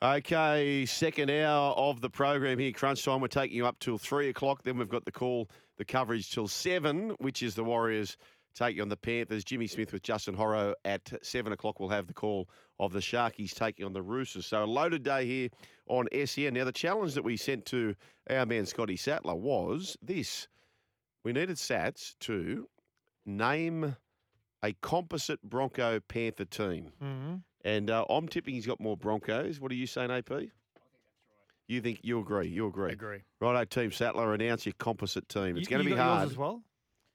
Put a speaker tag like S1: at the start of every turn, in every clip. S1: Okay, second hour of the program here, crunch time. We're taking you up till three o'clock. Then we've got the call, the coverage till seven, which is the Warriors taking on the Panthers. Jimmy Smith with Justin Horrow at seven o'clock. We'll have the call of the Sharkies taking on the Roosters. So a loaded day here on SEN. Now the challenge that we sent to our man Scotty Sattler was this: we needed Sats to name a composite Bronco Panther team. And uh, I'm tipping he's got more Broncos. What are you saying, AP? You think you agree? You agree?
S2: Agree.
S1: Righto, Team Sattler, announce your composite team. It's
S2: You-
S1: going to
S2: you
S1: be
S2: got yours
S1: hard.
S2: as well. Do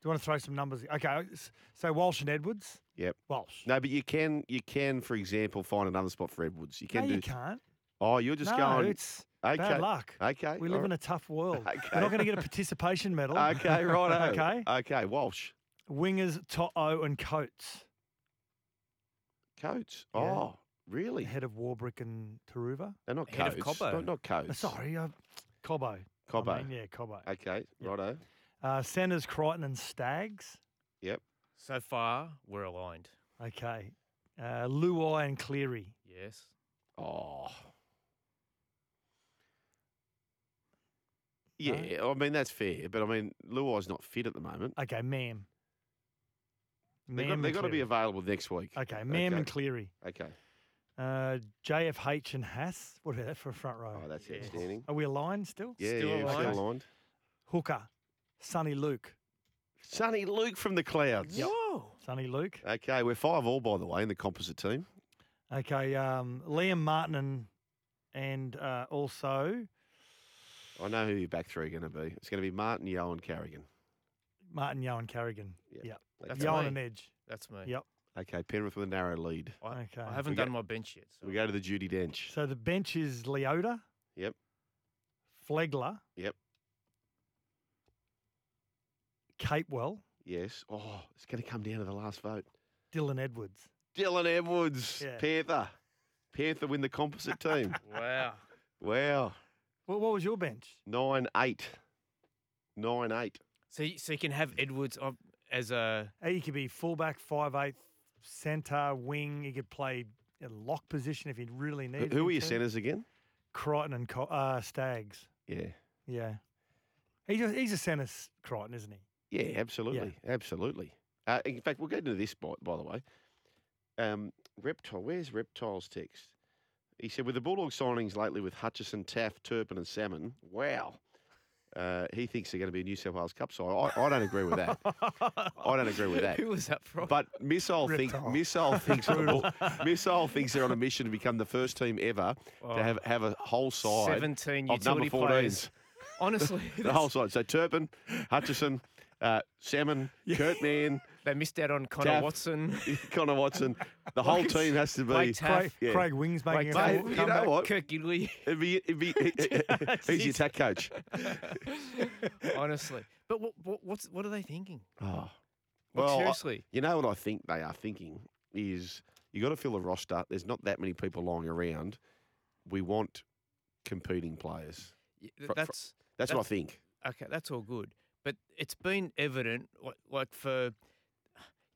S2: you want to throw some numbers? Okay, s- so Walsh and Edwards.
S1: Yep.
S2: Walsh.
S1: No, but you can, you can, for example, find another spot for Edwards. You can
S2: no,
S1: do.
S2: you can't.
S1: Oh, you're just
S2: no,
S1: going.
S2: it's
S1: okay.
S2: bad luck.
S1: Okay.
S2: We live in a tough world.
S1: Okay.
S2: We're not going to get a participation medal.
S1: Okay, righto.
S2: okay.
S1: Okay, Walsh,
S2: Wingers To'o and Coates
S1: Coates.
S2: Yeah.
S1: Oh, really?
S2: ahead of Warbrick and Taruva. Uh,
S1: They're not
S3: Head of
S1: Coates.
S3: Cobbo.
S1: Not, not Coates.
S2: Sorry, uh, Cobbo. I
S1: Cobbo.
S2: mean, yeah, Cobbo.
S1: Okay, righto.
S2: Uh, centers Crichton and Stags.
S3: So far, we're aligned.
S2: Okay. Uh, Luai and Cleary.
S3: Yes.
S1: Oh. Yeah, I mean that's fair, but I mean Luai's not fit at the moment.
S2: Okay, Mam.
S1: They've got,
S2: Mam
S1: they've
S2: and
S1: got to be
S2: Cleary.
S1: available next week.
S2: Okay, Mam and Cleary.
S1: Okay.
S2: Uh, JFH and Haas. What about that for a front row?
S1: Oh, that's
S3: Yes.
S1: outstanding.
S2: Are we aligned still?
S1: Yeah,
S3: Still
S1: yeah,
S3: aligned.
S1: still aligned.
S2: Hooker, Sonny Luke.
S1: Sonny Luke from the clouds.
S3: Yo.
S2: Sonny Luke.
S1: Okay, we're five all by the way in the composite team.
S2: Okay, um, Liam Martin and, and uh, also
S1: I know who your back three are going to be. It's going to be Martin, Yo, and Carrigan.
S2: Martin Yohan Carrigan.
S1: Yeah,
S2: Yep.
S1: That's
S2: Yohan
S3: me.
S2: and Edge.
S3: That's me.
S2: Yep.
S1: Okay, Penrith with a narrow lead.
S3: I,
S2: Okay.
S3: I haven't
S1: We
S3: done
S1: go-
S3: my bench yet. So
S1: We go to the Judy Dench.
S2: So the bench is Leota.
S1: Yep.
S2: Flegler.
S1: Yep.
S2: Capewell.
S1: Yes. Oh, it's going to come down to the last vote.
S2: Dylan Edwards.
S1: Dylan Edwards,
S2: Yeah.
S1: Panther. Panther win the composite team.
S3: Wow.
S1: wow.
S2: What, what was your bench?
S1: 9 8. 9 8.
S3: So you, so you can have Edwards up as a
S2: Uh, He could be fullback, five eighth, centre, wing. He could play a lock position if he really
S1: Who,
S2: needed.
S1: who
S2: him
S1: are your
S2: to.
S1: centres again?
S2: Crichton and Co- uh, Stags.
S1: Yeah.
S2: Yeah. He's a, he's a centre, s- Crichton, isn't he?
S1: Yeah, absolutely. Absolutely. Uh, in fact, we'll go into this, by, by the way. Um, Reptile, where's Reptile's text? He said, with the Bulldog signings lately with Hutchison, Taff, Turpin, and Salmon, wow. Uh, he thinks they're going to be a New South Wales Cup side. I, I don't agree with that. I don't agree with that.
S3: Who was that from?
S1: But Missile thinks
S2: Reptile.
S1: Missile thinks they're on a- Missile thinks they're on a mission to become the first team ever
S3: Oh.
S1: to have have a whole side
S3: 17
S1: of number
S3: utility players.
S1: 14s.
S3: Honestly,
S1: The whole side. So Turpin, Hutchison, uh, Salmon, Kurtman,
S3: they missed out on Connor
S1: Taff.
S3: Watson.
S1: Connor Watson. The whole team has to be.
S3: Blake Taff.
S2: Craig,
S1: yeah.
S2: Craig Wing's making
S3: Blake
S2: a
S1: Mate,
S3: Taff.
S2: full
S1: you know
S2: comeback.
S1: what?
S3: Kirk Gidley.
S1: It'd be, it'd be, who's your
S3: Jeez.
S1: attack coach?
S3: Honestly. But what, what, what's, what are they thinking?
S1: Oh.
S3: Like,
S1: I-
S3: seriously.
S1: you know what I think they are thinking is you got to fill the roster. There's not that many people lying around. We want competing players.
S3: Y-
S1: Fr- fr-
S3: That's.
S1: That's, what I
S3: That's-
S1: think.
S3: okay, that's all good. But it's been evident, like, like for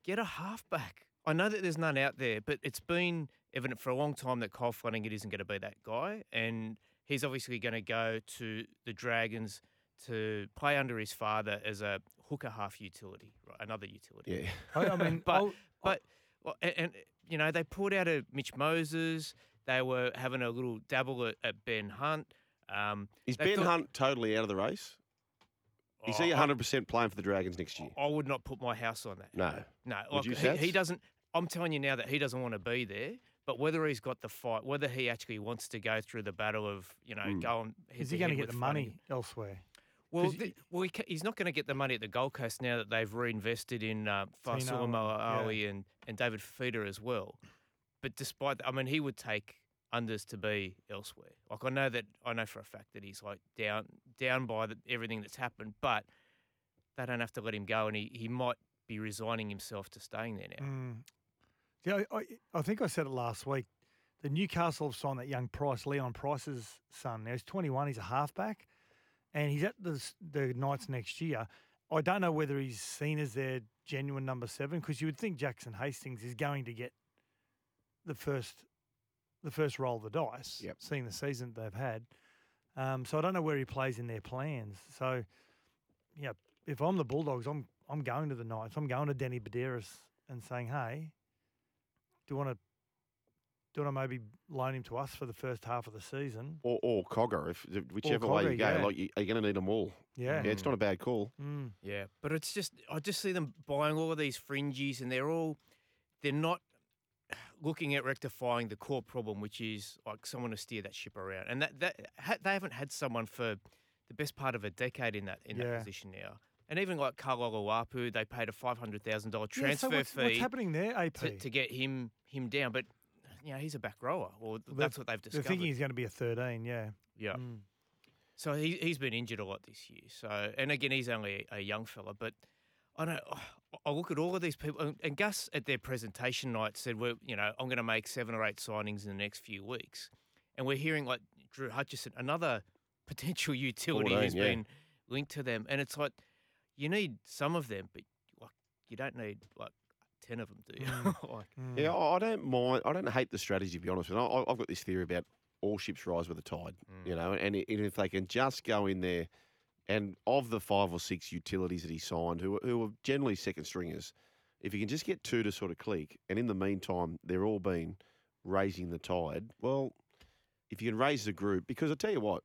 S3: get a halfback. I know that there's none out there, but it's been evident for a long time that Kyle Flanagan isn't going to be that guy, and he's obviously going to go to the Dragons to play under his father as a hooker half utility, right? Another utility.
S1: Yeah.
S2: I, I mean,
S3: But-
S2: I'll-
S3: But well, and, and you know they pulled out a Mitch Moses. They were having a little dabble at, at Ben Hunt. Um,
S1: Is
S3: they
S1: Ben
S3: thought-
S1: Hunt totally out of the race? Is he
S3: Oh, I-
S1: 100% playing for the Dragons next year?
S3: I would not put my house on that.
S1: No.
S3: No,
S1: Would
S3: like
S1: you,
S3: he, he
S1: Sats?
S3: doesn't. I'm telling you now that he doesn't want to be there. But whether he's got the fight, whether he actually wants to go through the battle of you know
S1: Mm.
S3: going,
S2: is he going to get the money elsewhere?
S3: Well,
S2: 'Cause y-
S3: th- well, he ca- he's not going to get the money at the Gold Coast now that they've reinvested in uh,
S2: Tino
S3: Faisal
S2: and- yeah.
S3: Ali and and David Fafita as well. But despite, th- I mean, he would take unders to be elsewhere. Like I know that I know for a fact that he's like down down by the, everything that's happened, but they don't have to let him go, and he, he might be resigning himself to staying there now.
S2: Mm. Yeah, I, I think I said it last week. The Newcastle have signed that young Price, Leon Price's son. Now he's 21. He's a halfback, and he's at the s- the Knights next year. I don't know whether he's seen as their genuine number seven because you would think Jackson Hastings is going to get the first the first roll of the dice,
S1: Yep.
S2: seeing the season they've had. Um, so I don't know where he plays in their plans. So, yeah, if I'm the Bulldogs, I'm I'm going to the Knights. I'm going to Danny Baderas and saying, hey, do you want to do you want to maybe loan him to us for the first half of the season?
S1: Or, or Cogger, if whichever way
S2: Cogger,
S1: you go,
S2: yeah.
S1: like you, you're going to need them all.
S2: Yeah.
S1: Yeah, it's not a bad call.
S2: Mm.
S3: Yeah, but it's just I just see them buying all of these fringes, and they're all they're not looking at rectifying the core problem, which is like someone to steer that ship around, and that that ha- they haven't had someone for the best part of a decade in that in
S2: Yeah.
S3: that position now. And even like Carlisle Oapu, they paid a five hundred thousand dollar
S2: Yeah, so
S3: transfer
S2: what's,
S3: fee
S2: what's happening there, AP?
S3: to, to get him him down, but you know he's a back rower, or
S2: Well,
S3: that's what they've
S2: They're
S3: discovered.
S2: thinking he's going to be a 13, yeah.
S3: yeah.
S2: Mm.
S3: So he, he's been injured a lot this year. So and again, he's only a young fella, but I don't. I look at all of these people, and, and Gus at their presentation night said, "We're you know I'm going to make seven or eight signings in the next few weeks," and we're hearing like Drew Hutchison, another potential utility who's
S1: 14, yeah.
S3: been linked to them, and it's like you need some of them, but like you don't need like ten of them, do you? like,
S2: Mm.
S1: Yeah, I I don't mind. I don't hate the strategy, to be honest. And I, I- I've got this theory about all ships rise with the tide, you know. And, i- and if they can just go in there, and of the five or six utilities that he signed, who are- who are generally second stringers, if you can just get two to sort of click, and in the meantime, they're all been raising the tide. Well, if you can raise the group, because I tell you what,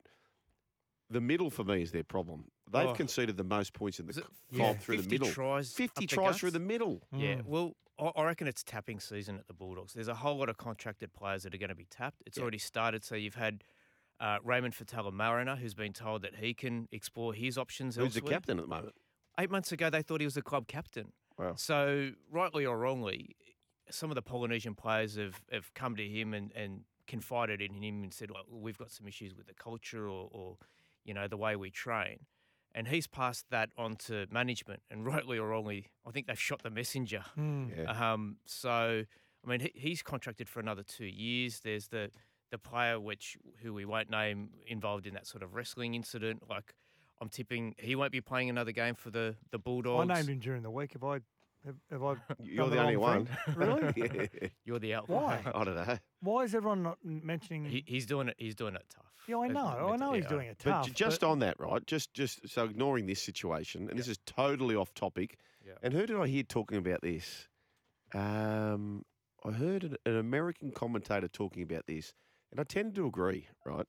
S1: the middle for me is their problem. They've
S3: Oh.
S1: conceded the most points in the
S3: Is it
S1: comp
S2: Yeah.
S1: through the
S3: 50
S1: middle.
S3: tries
S1: Fifty
S3: up the
S1: tries through
S3: guts?
S1: the middle.
S3: Yeah,
S2: Mm.
S3: well, I I reckon it's tapping season at the Bulldogs. There's a whole lot of contracted players that are going to be tapped. It's
S1: Yeah.
S3: already started. So you've had uh, Raymond Fatala Mariner, who's been told that he can explore his options
S1: Who's the
S3: elsewhere.
S1: captain at the moment?
S3: Eight months ago, they thought he was the club captain.
S1: Wow.
S3: So, rightly or wrongly, some of the Polynesian players have, have come to him and, and confided in him and said, well, we've got some issues with the culture or, or, you know, the way we train. And he's passed that on to management. And rightly or wrongly, I think they've shot the messenger.
S2: Mm.
S1: Yeah.
S3: Um, so, I mean, he, he's contracted for another two years. There's the the player which who we won't name involved in that sort of wrestling incident. Like, I'm tipping he won't be playing another game for the
S2: I
S3: the Bulldogs.
S2: named him during the week. Have I? Have, have I?
S1: You're
S2: done
S1: the only one.
S2: wrong thing? Really?
S1: Yeah.
S3: You're the outlier.
S2: Why?
S1: I don't know.
S2: Why is everyone not n- mentioning?
S3: He, he's doing it. He's doing it tough.
S2: yeah, I
S3: That's
S2: know.
S3: what
S2: I
S3: meant to-
S2: know he's
S3: yeah.
S2: doing it
S1: But
S2: tough.
S1: j- just on that, right? Just, just so ignoring this situation, and this is totally off topic.
S3: Yeah.
S1: And who did I hear talking about this? Um, I heard an, an American commentator talking about this, and I tend to agree, right?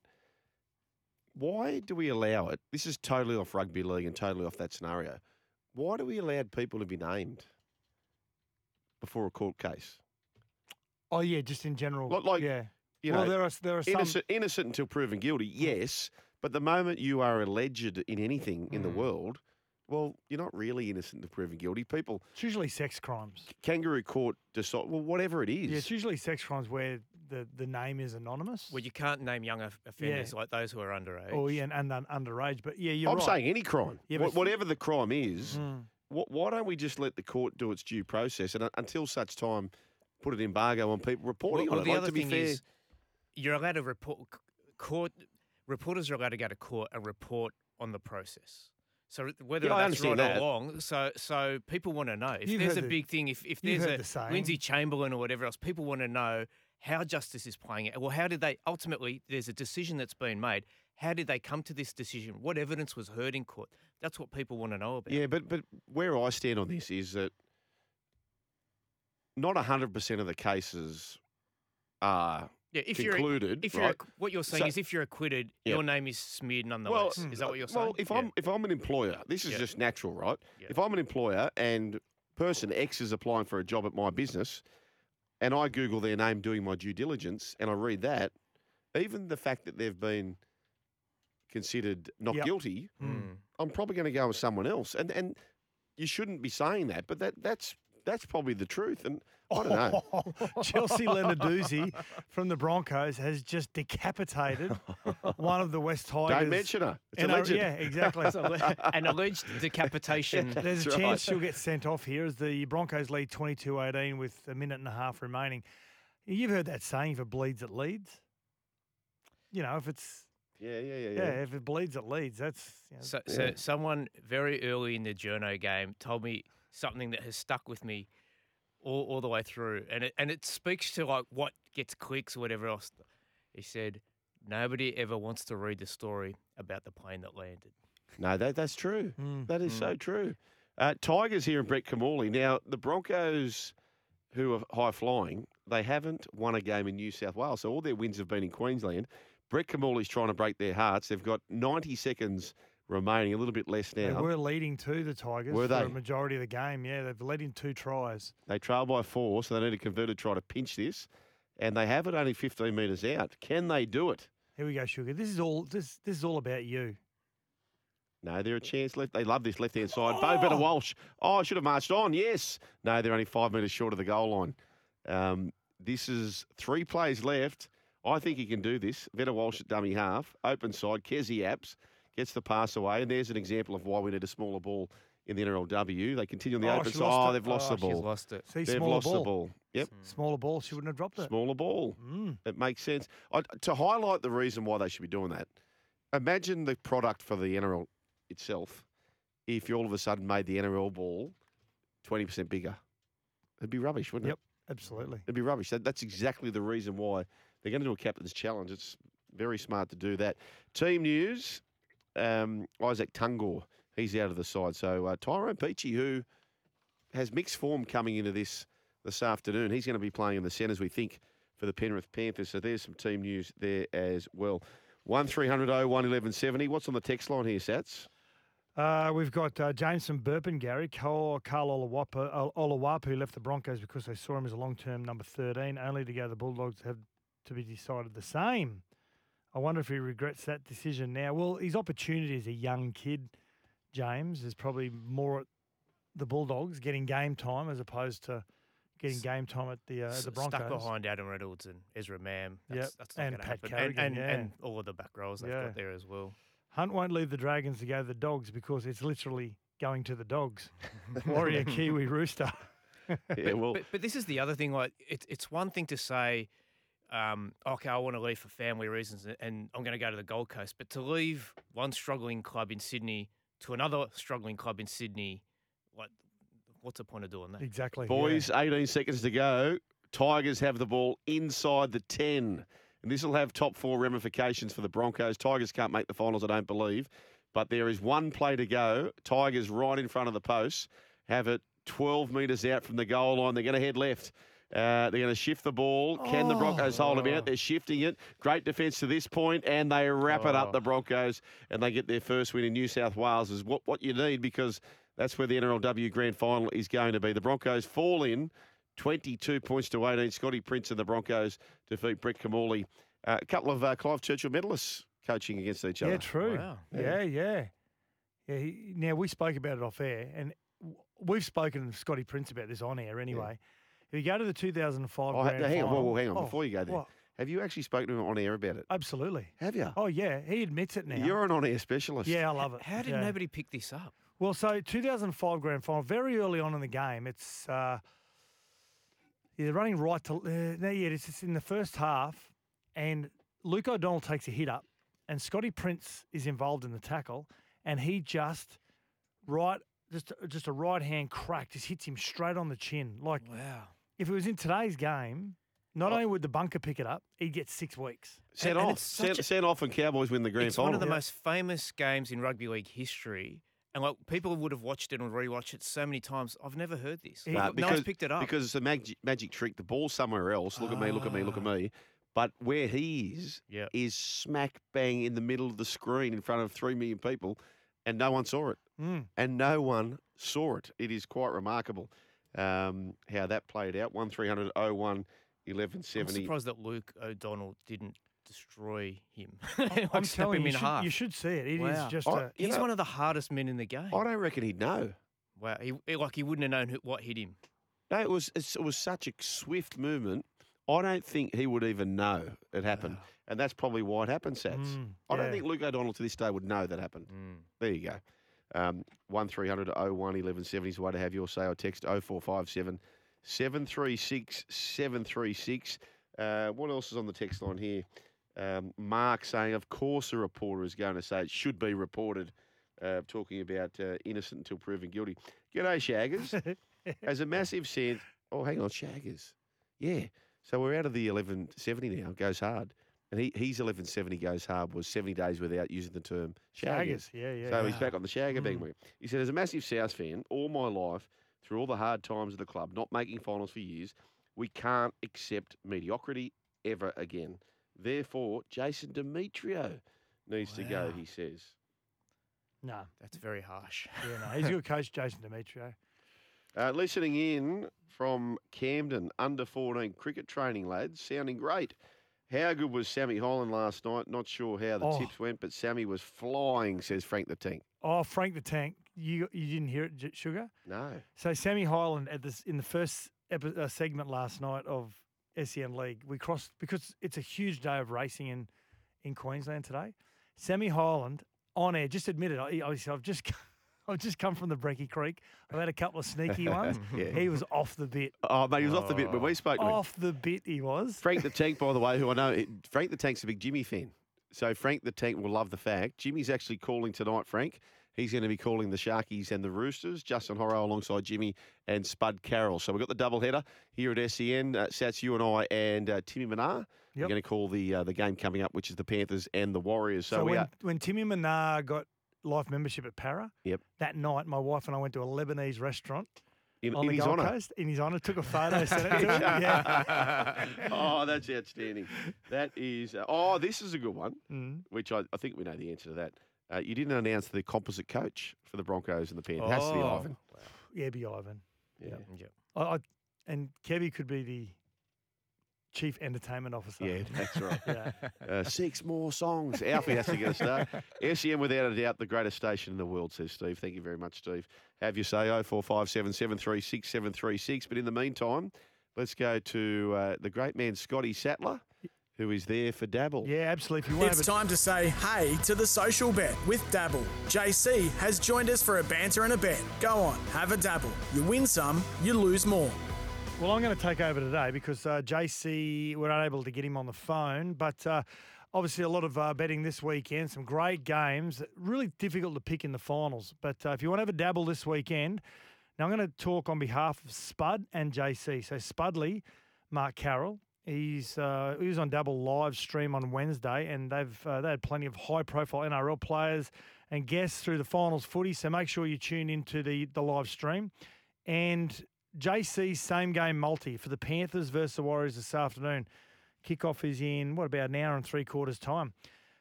S1: Why do we allow it? This is totally off rugby league and totally off that scenario. Why do we allow people to be named before a court case?
S2: oh yeah, just in general.
S1: Like- like,
S2: yeah.
S1: You
S2: well,
S1: know,
S2: there are there are some.
S1: innocent, innocent until proven guilty,
S3: Hmm.
S1: yes. But the moment you are alleged in anything in the
S3: Mm.
S1: world, well, you're not really innocent until proven guilty. People,
S2: It's usually sex crimes.
S1: kangaroo court decide, well, whatever it is.
S2: Yeah, it's usually sex crimes where the, the name is anonymous.
S3: Well, you can't name young of- offenders like those who are underage.
S2: or yeah, and, and un- underage. But yeah, you're
S1: I'm
S2: right.
S1: saying any crime,
S2: Yeah,
S1: Wha-
S2: but-
S1: whatever the crime
S3: Hmm.
S1: is.
S2: Mm.
S1: wh- why don't we just let the court do its due process and uh, until such time, put an embargo on people reporting
S3: Well,
S1: on
S3: the
S1: it? Like,
S3: other
S1: to be
S3: thing
S1: fair,
S3: is, you're allowed to report. c- Court reporters are allowed to go to court and report on the process. So r- whether
S1: Yeah, I
S3: that's right
S1: understand that.
S3: or wrong, so so people want to know if
S2: You've
S3: there's
S2: heard
S3: a
S2: the-
S3: big thing. If if
S2: you've
S3: there's
S2: heard
S3: a
S2: the saying.
S3: Lindsay Chamberlain or whatever else, people want to know how justice is playing out. Well, how did they ultimately? There's a decision that's been made. How did they come to this decision? What evidence was heard in court? That's what people want to know about.
S1: Yeah, but but where I stand on this is that not hundred percent of the cases are
S3: Yeah, if you're
S1: concluded.
S3: if you're
S1: right?
S3: ac- what you're saying
S1: So-
S3: is if you're acquitted,
S1: Yeah.
S3: your name is smeared nonetheless. is that what you're saying?
S1: Well, if
S3: Yeah.
S1: I'm if I'm an employer, this is
S3: Yeah.
S1: just natural, right?
S3: Yeah.
S1: If I'm an employer and person X is applying for a job at my business, and I Google their name doing my due diligence, and I read that, even the fact that they've been considered not
S2: Yep.
S1: guilty,
S2: Mm.
S3: Mm.
S1: I'm probably going to go with someone else, and and you shouldn't be saying that, but that that's That's probably the truth. And I don't know.
S2: Chelsea Leonarduzzi from the Broncos has just decapitated one of the West
S3: Oh,
S2: Tigers.
S1: Don't mention her. It's a
S2: NRL
S1: legend.
S2: Yeah, exactly.
S3: An alleged decapitation.
S2: There's a
S1: That's right.
S2: chance she'll get sent off here as the Broncos lead 22-18 with a minute and a half remaining. You've heard that saying, if it bleeds, it leads. You know, if it's
S1: Yeah, yeah, yeah,
S2: yeah,
S1: yeah.
S2: if it bleeds, it leads. That's you know,
S3: So, so
S1: Yeah.
S3: someone very early in the journo game told me something that has stuck with me all, all the way through, and it and it speaks to like what gets clicks or whatever else. He said, "Nobody ever wants to read the story about the plane that landed."
S1: No, that, that's true. That is so true. Uh, Tigers here in Brett Camorley. Now, the Broncos, who are high flying, they haven't won a game in New South Wales. So all their wins have been in Queensland. Brett Camorley's trying to break their hearts. They've got 90 seconds remaining, a little bit less
S2: they
S1: now.
S2: were leading two the Tigers
S1: Were
S2: for
S1: they?
S2: a majority of the game. Yeah, they've led in two tries.
S1: They trail by four, so they need a converted try to pinch this. And they have it only 15 metres out. Can they do it?
S2: Here we go, Sugar. This is all this this is all about you.
S1: No, they're a chance left. They love this left hand side. Bo Better Walsh. Oh, I should have marched on. Yes. No, they're only five metres short of the goal line. Um, this is three plays left. I think he can do this. Better Walsh at dummy half, open side. Kezi Apps gets the pass away. And there's an example of why we need a smaller ball in the NRLW. They continue on the
S2: Oh,
S1: open
S2: she
S1: side.
S2: lost
S1: Oh,
S2: it.
S1: they've lost
S3: Oh,
S1: the ball.
S3: She's lost it. Mm.
S2: See,
S1: they've
S2: smaller
S1: lost
S2: ball. Hmm.
S1: the ball. Yep.
S2: Smaller ball. She wouldn't have dropped it.
S1: Smaller ball.
S2: Mm.
S1: It makes sense. I, to highlight the reason why they should be doing that, imagine the product for the NRL itself if you all of a sudden made the NRL ball 20% bigger. It'd be rubbish, wouldn't
S2: Yep. Absolutely.
S1: it? It'd be rubbish. That, that's exactly the reason why they're going to do a captain's challenge. It's very smart to do that. Team news um, Isaac Tungor, he's out of the side. So uh, Tyrone Peachy, who has mixed form coming into this this afternoon. He's going to be playing in the centres, we think, for the Penrith Panthers. So there's some team news there as well. 1300 01 1170. What's on the text line here, Sats?
S2: Uh, we've got uh, James from Burpin, Gary. Carl, Carl Olawapa, Ol- Olawapu left the Broncos because they saw him as a long term number 13, only to go to the Bulldogs have to be decided the same. I wonder if he regrets that decision now. Well, his opportunity as a young kid, James, is probably more at the Bulldogs getting game time as opposed to getting game time at the, uh, at
S3: S-
S2: the Broncos.
S3: Stuck behind Adam Reynolds and Ezra Mam. That's,
S2: Yep.
S3: that's not
S2: And
S3: gonna
S2: Pat
S3: happen.
S2: Carrigan,
S3: and, and,
S2: yeah.
S3: and all of the back rows they've
S2: Yeah.
S3: got there as well.
S2: Hunt won't leave the Dragons to go to the Dogs because it's literally going to the Dogs. Warrior Kiwi Rooster.
S1: Yeah, well,
S3: But, but this is the other thing. Like, it's it's one thing to say, um, okay, I want to leave for family reasons, a- and I'm going to go to the Gold Coast. But to leave one struggling club in Sydney to another struggling club in Sydney, like, what's the point of doing that?
S2: Exactly. yeah.
S1: boys, 18 seconds to go. Tigers have the ball inside the 10. And this will have top four ramifications for the Broncos. Tigers can't make the finals, I don't believe. But there is one play to go. Tigers right in front of the posts. Have it 12 metres out from the goal line. They're going to head left. Uh, they're going to shift the ball. Can the Broncos hold them
S2: Oh.
S1: out? They're shifting it. Great defence to this point, and they wrap it up,
S3: Oh.
S1: the Broncos, and they get their first win in New South Wales, is what, what you need because that's where the NRLW Grand Final is going to be. The Broncos fall in 22 points to 18. Scotty Prince and the Broncos defeat Brett Camorley. Uh, a couple of uh, Clive Churchill medalists coaching against each other.
S2: Yeah, true.
S3: Wow.
S2: Yeah, yeah. Yeah. He, now we spoke about it off air, and w- we've spoken to Scotty Prince about this on air. Anyway, if you go to the 2005
S1: Oh, ha-
S2: grand
S1: hang on, whoa,
S2: final-
S1: whoa, hang on.
S2: Oh,
S1: Before you go there,
S2: what?
S1: have you actually spoken to him on air about it?
S2: absolutely.
S1: Have you?
S2: Oh yeah, he admits it now.
S1: You're an on air specialist.
S2: yeah, I love it.
S3: How did
S2: Yeah.
S3: nobody pick this up?
S2: Well, so 2005 grand final, very early on in the game, it's uh, yeah, they're running right to. Uh, no, yeah, it's, it's in the first half, and Luke O'Donnell takes a hit up, and Scotty Prince is involved in the tackle, and he just right, just just a right hand crack, just hits him straight on the chin. Like
S3: Wow.
S2: if it was in today's game, not
S3: Oh.
S2: only would the bunker pick it up, he'd get six weeks.
S1: Sent
S3: And- and
S1: off.
S3: it's such
S1: Sent,
S3: a-
S1: sent off and Cowboys win the grand
S3: it's
S1: final.
S3: one of the most famous games in rugby league history. And like people would have watched it and rewatched it so many times. I've never heard this.
S2: Nah,
S3: no
S1: Nah,
S3: one's picked it up.
S1: Because it's a magic, magic trick. The ball's somewhere else. Look at me, look at me, look at me. But where he is,
S3: Yeah.
S1: is smack bang in the middle of the screen in front of 3 million people, and no one saw it.
S2: Mm.
S1: And no one saw it. It is quite remarkable um, how that played out. 1300 01
S3: I'm
S1: 1170.
S3: surprised that Luke O'Donnell didn't destroy him.
S2: I'm
S3: Like, snap
S2: telling you,
S3: him
S2: you
S3: in
S2: should,
S3: half.
S2: you should see it. It is
S3: Wow.
S2: just
S1: Oh,
S2: a,
S1: you
S3: He's
S1: know-
S3: one of the hardest men in the game.
S1: I don't reckon he'd know.
S3: Wow, he, he- like he wouldn't have known who, what hit him.
S1: No, it was it's- it was such a swift movement. I don't think he would even know it happened,
S3: Ah. Oh,
S1: and that's probably why it happened. Sats.
S2: Mm,
S1: I don't
S2: yeah.
S1: think Luke O'Donnell to this day would know that happened.
S3: Mm.
S1: There you go. Um, 1300 01 1170 is the way to have your say or text 0457 736 736. Uh, what else is on the text line here? Um, Mark saying, of course, a reporter is going to say it should be reported, uh, talking about uh, innocent until proven guilty. G'day, Shaggers. As a massive sense. Oh, hang on, Shaggers. Yeah. So we're out of the 1170 now. Goes hard. And he, he's 1170 goes hard was 70 days without using the term Shaggers.
S2: Shaggers. Yeah, yeah.
S1: So
S2: yeah.
S1: he's back on the Shagger
S2: Mm.
S1: bandwagon. He said, as a massive South fan, all my life, through all the hard times of the club, not making finals for years, we can't accept mediocrity ever again. Therefore, Jason Demetrio needs to go,
S3: Wow.
S1: he says.
S2: Nah.
S3: That's very harsh.
S2: Yeah, no. He's a good coach, Jason Demetrio.
S1: Uh, listening in from Camden, under 14 cricket training lads, sounding great. How good was Sammy Holland last night? Not sure how the
S2: Oh.
S1: tips went, but Sammy was flying, says Frank the Tank.
S2: Oh, Frank the Tank. You you didn't hear it, J- Sugar?
S1: No.
S2: So Sammy Highland at this in the first epi- uh, segment last night of SEN League, we crossed because it's a huge day of racing in in Queensland today. Sammy Highland on air just admitted, I, I said, I've just I've just come from the Brecky Creek. I've had a couple of sneaky ones.
S1: Yeah.
S2: He was off the bit,
S1: Oh, mate, he was off the bit when we spoke. to him.
S2: off the bit. He was.
S1: Frank the Tank, by the way, who I know, it- Frank the Tank's a big Jimmy fan. So Frank the Tank will love the fact Jimmy's actually calling tonight, Frank. He's going to be calling the Sharkies and the Roosters, Justin Horrow alongside Jimmy and Spud Carroll. So we've got the double header here at SEN. Uh, Sats, you and I, and uh, Timmy Minar. We're
S2: Yep.
S1: going to call the uh, the game coming up, which is the Panthers and the Warriors. So,
S2: So,
S1: we
S2: when,
S1: are.
S2: when Timmy Minar got life membership at Para,
S1: Yep.
S2: that night my wife and I went to a Lebanese restaurant
S1: In,
S2: on
S1: in
S2: the
S1: his
S2: Gold
S1: honour.
S2: Coast in his honour, took a photo, sent it to him. Yeah.
S1: oh, that's outstanding. That is. Uh, oh, this is a good one.
S2: Mm.
S1: which I, I think we know the answer to that. Uh, you didn't announce the composite coach for the Broncos and the Panthers. It has to be
S3: Oh.
S1: Ivan.
S2: Yeah, it'd be Ivan.
S1: Yeah.
S3: Yep.
S2: I, I and Kevy could be the chief entertainment officer.
S1: Yeah, that's right.
S2: Yeah.
S1: Uh, six more songs. Alfie has to get a start. SEM, E without a doubt, the greatest station in the world, says Steve. Thank you very much, Steve. Have your say, 0457 736 736. But in the meantime, let's go to uh, the great man, Scotty Sattler, who is there for Dabble.
S2: yeah, absolutely. If you want
S4: It's
S2: to have
S4: time to say hey to the social bet with Dabble. JC has joined us for a banter and a bet. Go on, have a dabble. You win some, you lose more.
S2: a- well, I'm going to take over today because uh, JC, we're unable to get him on the phone, but uh, obviously a lot of uh, betting this weekend. Some great games. Really difficult to pick in the finals, but uh, if you want to have a dabble this weekend, now I'm going to talk on behalf of Spud and JC. So Spudley, Mark Carroll. He's uh, he was on Double live stream on Wednesday, and they've uh, they had plenty of high profile NRL players and guests through the finals footy. So make sure you tune into the the live stream. And JC same game multi for the Panthers versus the Warriors this afternoon. Kickoff is in what about an hour and three quarters time.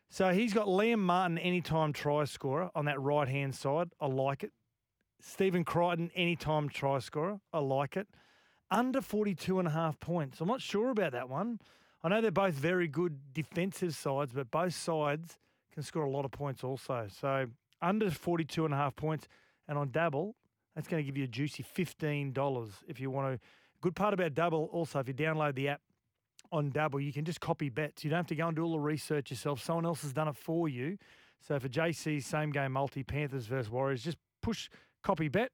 S2: So he's got Liam Martin anytime try scorer on that right hand side. I like it. Stephen Crichton anytime try scorer. I like it under 42 and a half points. I'm not sure about that one. I know they're both very good defensive sides, but both sides can score a lot of points also. So under 42 and a half points. And on Dabble, that's going to give you a juicy $15 if you want to. Good part about Dabble also, if you download the app on Dabble, you can just copy bets. You don't have to go and do all the research yourself. Someone else has done it for you. So for JC's same game multi, Panthers versus Warriors, just push copy bet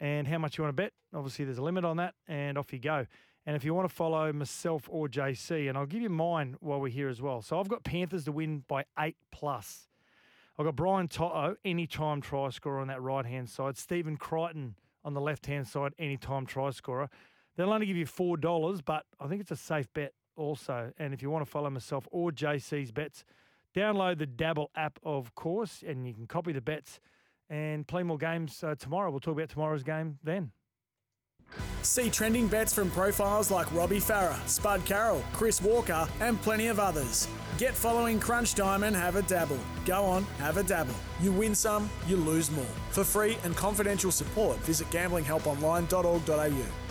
S2: and how much you want to bet. Obviously, there's a limit on that, and off you go. And if you want to follow myself or JC, and I'll give you mine while we're here as well. So I've got Panthers to win by eight plus. I've got Brian Toto, anytime try scorer on that right hand side. Stephen Crichton on the left hand side, anytime try scorer. They'll only give you $4, but I think it's a safe bet also. And if you want to follow myself or JC's bets, download the Dabble app, of course, and you can copy the bets and play more games uh, tomorrow. We'll talk about tomorrow's game then.
S4: See trending bets from profiles like Robbie Farah, Spud Carroll, Chris Walker, and plenty of others. Get following Crunch Time and have a dabble. Go on, have a dabble. You win some, you lose more. For free and confidential support, visit gamblinghelponline.org.au.